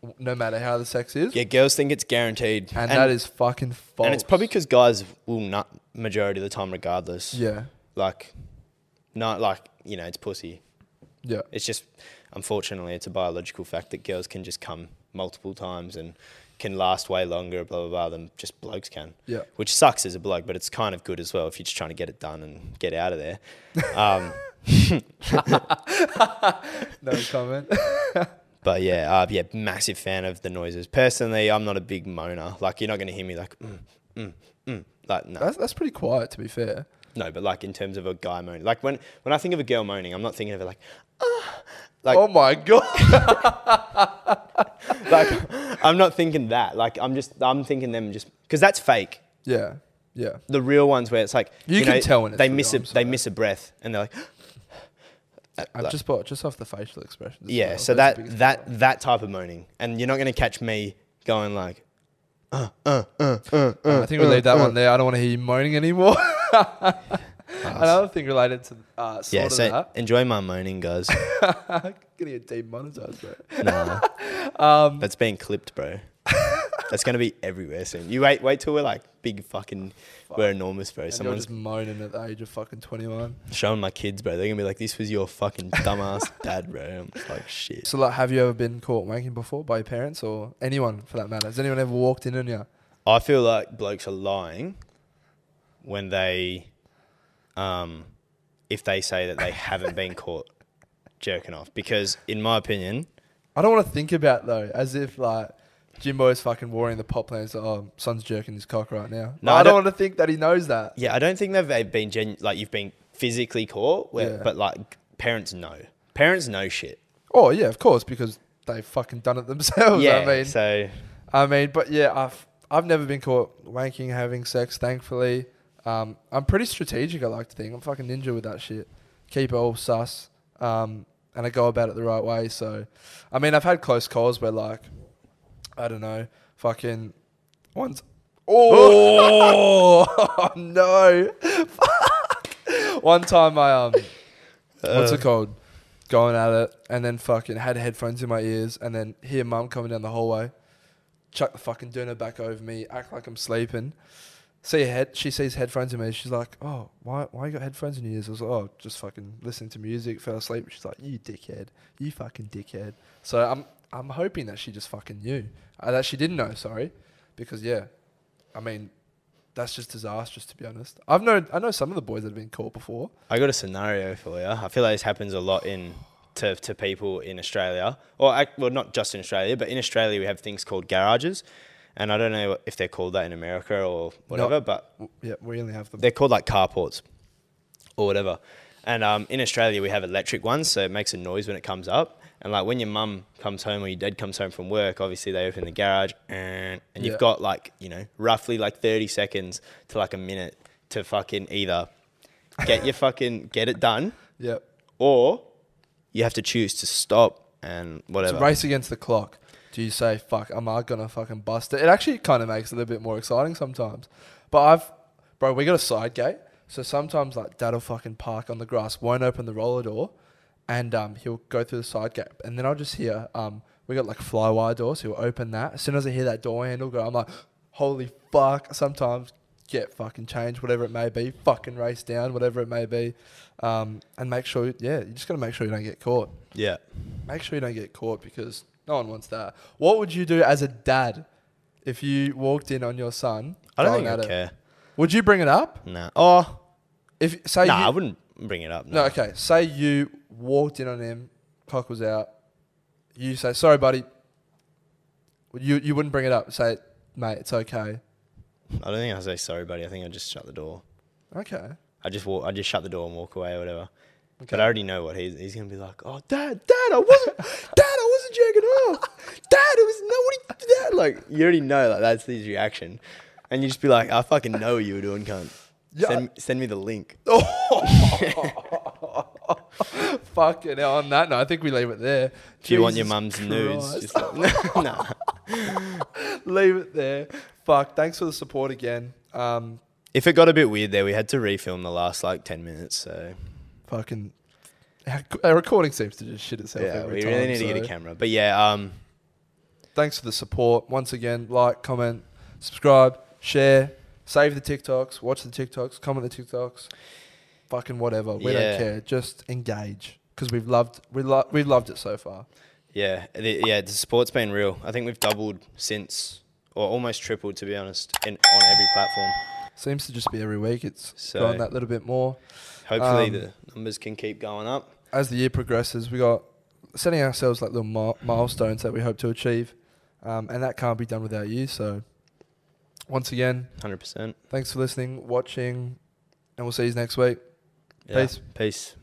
S1: w- no matter how the sex is
S2: yeah, girls think it's guaranteed,
S1: and, that is fucking false
S2: and it's probably because guys will nut majority of the time, regardless.
S1: yeah
S2: Like, not like you know, it's pussy.
S1: yeah
S2: It's just, unfortunately, it's a biological fact that girls can just come multiple times and can last way longer, blah, blah, blah, than just blokes can.
S1: Yeah.
S2: Which sucks as a bloke, but it's kind of good as well if you're just trying to get it done and get out of there. Um,
S1: no comment
S2: but yeah, uh, yeah, massive fan of the noises. Personally, I'm not a big moaner. Like, you're not going to hear me like, mm, mm, mm. Like, no.
S1: that's that's pretty quiet to be fair
S2: No, but like in terms of a guy moaning. Like, when, when I think of a girl moaning, I'm not thinking of it like, Like-
S1: oh my god
S2: like I'm not thinking that. Like, I'm just, I'm thinking them just, because that's fake.
S1: yeah yeah
S2: the real ones where it's like
S1: You can tell when it's
S2: they
S1: real,
S2: miss a,
S1: I'm
S2: they
S1: sorry.
S2: miss a breath and they're like,
S1: I've
S2: like-
S1: just bought just off the facial expressions. as
S2: yeah.
S1: well.
S2: so
S1: That's the
S2: that
S1: biggest
S2: that
S1: problem.
S2: that type of moaning, and you're not going to catch me going like,
S1: I think we leave that one there. I don't want to hear you moaning anymore. Another thing related to uh, sort
S2: yeah.
S1: of
S2: So
S1: that.
S2: enjoy my moaning, guys.
S1: Gonna get demonetized. Bro.
S2: nah,
S1: Um,
S2: that's being clipped, bro. that's going to be everywhere soon. You wait, wait till we're like big fucking, we're enormous, bro.
S1: And you're
S2: Someone's
S1: just moaning at the age of fucking twenty one.
S2: showing my kids, bro. They're going to be like, this was your fucking dumbass dad, bro. I'm just like, shit.
S1: So like, have you ever been caught wanking before by your parents or anyone for that matter? Has anyone ever walked in on you?
S2: I feel like blokes are lying when they, um, if they say that they haven't been caught jerking off, because in my opinion,
S1: I don't want to think about though, as if like. Jimbo's fucking warring the pop plans. Oh, son's jerking his cock right now. No,
S2: No, I
S1: I don't
S2: don't-
S1: want to think that he knows that.
S2: yeah, I don't think that they've been genu- like you've been physically caught, where,
S1: Yeah.
S2: but like parents know, parents know shit.
S1: Oh yeah, of course, because they've fucking done it themselves.
S2: yeah,
S1: I mean,
S2: so
S1: I mean, but yeah, I've I've never been caught wanking, having sex. Thankfully, um, I'm pretty strategic. I like to think I'm fucking ninja with that shit. Keep it all sus, um, and I go about it the right way. So, I mean, I've had close calls where like, I don't know, fucking once. Oh, no! Fuck. One time I um, what's it called? Going at it, and then fucking had headphones in my ears, and then hear mum coming down the hallway chuck the fucking doona back over me, act like I'm sleeping. See a head, she sees headphones in me. She's like, "Oh, why, why you got headphones in your ears?" I was like, "Oh, just fucking listening to music, fell asleep." She's like, "You dickhead, you fucking dickhead." So I'm, I'm hoping that she just fucking knew, uh, that she didn't know. Sorry, because yeah, I mean, that's just disastrous to be honest. I've known, I know some of the boys that have been caught before.
S2: I got a scenario for you. I feel like this happens a lot in to, to people in Australia, or ac- well, not just in Australia, but in Australia we have things called garages, and I don't know if they're called that in America or whatever, but
S1: W- Yeah, we only have them.
S2: they're called like carports or whatever. And um, in Australia we have electric ones, so it makes a noise when it comes up. And like when your mum comes home or your dad comes home from work, obviously they open the garage, and, and
S1: Yeah.
S2: you've got like you know roughly like thirty seconds to like a minute to fucking either get your fucking get it done
S1: yeah,
S2: or you have to choose to stop and
S1: it's
S2: whatever.
S1: a race against the clock. Do you say, fuck, am I gonna fucking bust it? It actually kind of makes it a little bit more exciting sometimes. But I've, bro, we got a side gate. So sometimes, like, dad'll fucking park on the grass, won't open the roller door, and um, he'll go through the side gate. And then I'll just hear, um, we got like fly wire doors, he'll open that. As soon as I hear that door handle go, I'm like, holy fuck. Sometimes get fucking change, whatever it may be, fucking race down, whatever it may be. Um, and make sure, yeah, you just gotta make sure you don't get caught
S2: Yeah.
S1: make sure you don't get caught because no one wants that. What would you do as a dad if you walked in on your son?
S2: I don't
S1: going
S2: think
S1: at
S2: I
S1: it?
S2: care.
S1: Would you bring it up?
S2: Nah. Oh,
S1: If say
S2: nah,
S1: you-
S2: I wouldn't. bring it up.
S1: No, okay. Say you walked in on him, cock was out. You say, sorry, buddy. You you wouldn't bring it up. Say, mate, it's okay.
S2: I don't think I say sorry, buddy. I think I just shut the door.
S1: Okay.
S2: I just walk. I just shut the door and walk away or whatever.
S1: Okay.
S2: But I already know what he's, he's gonna be like. Oh, dad, dad, I wasn't, dad, I wasn't jacking off. Dad, it was nobody. Dad, like you already know, like that's his reaction, and you just be like, I fucking know what you were doing, cunt.
S1: Yeah.
S2: Send, send me the link.
S1: Fucking hell. On that note, I think we leave it there.
S2: If you want your
S1: Jesus
S2: mum's nudes,
S1: Christ.
S2: just like, nah.
S1: leave it there. Fuck. Thanks for the support again. Um,
S2: If it got a bit weird there, we had to refilm the last like ten minutes. So
S1: fucking. Our our recording seems to just shit itself.
S2: yeah,
S1: every
S2: we
S1: time,
S2: really need to get
S1: so-
S2: a camera. But yeah, um,
S1: thanks for the support once again. Like, comment, subscribe, share, save the TikToks, watch the TikToks, comment the TikToks, fucking whatever. We
S2: Yeah.
S1: don't care. Just engage because we've loved we lo- we've loved it so far.
S2: Yeah, the, yeah, the support's been real. I think we've doubled since, or almost tripled, to be honest, in, on every platform.
S1: Seems to just be every week. It's
S2: So-
S1: gone that little bit more
S2: Hopefully,
S1: Um,
S2: the numbers can keep going up.
S1: as the year progresses. We got setting ourselves like little mi- milestones that we hope to achieve, um, and that can't be done without you. So, once again,
S2: Hundred percent.
S1: thanks for listening, watching, and we'll see you next week. Peace.
S2: Peace.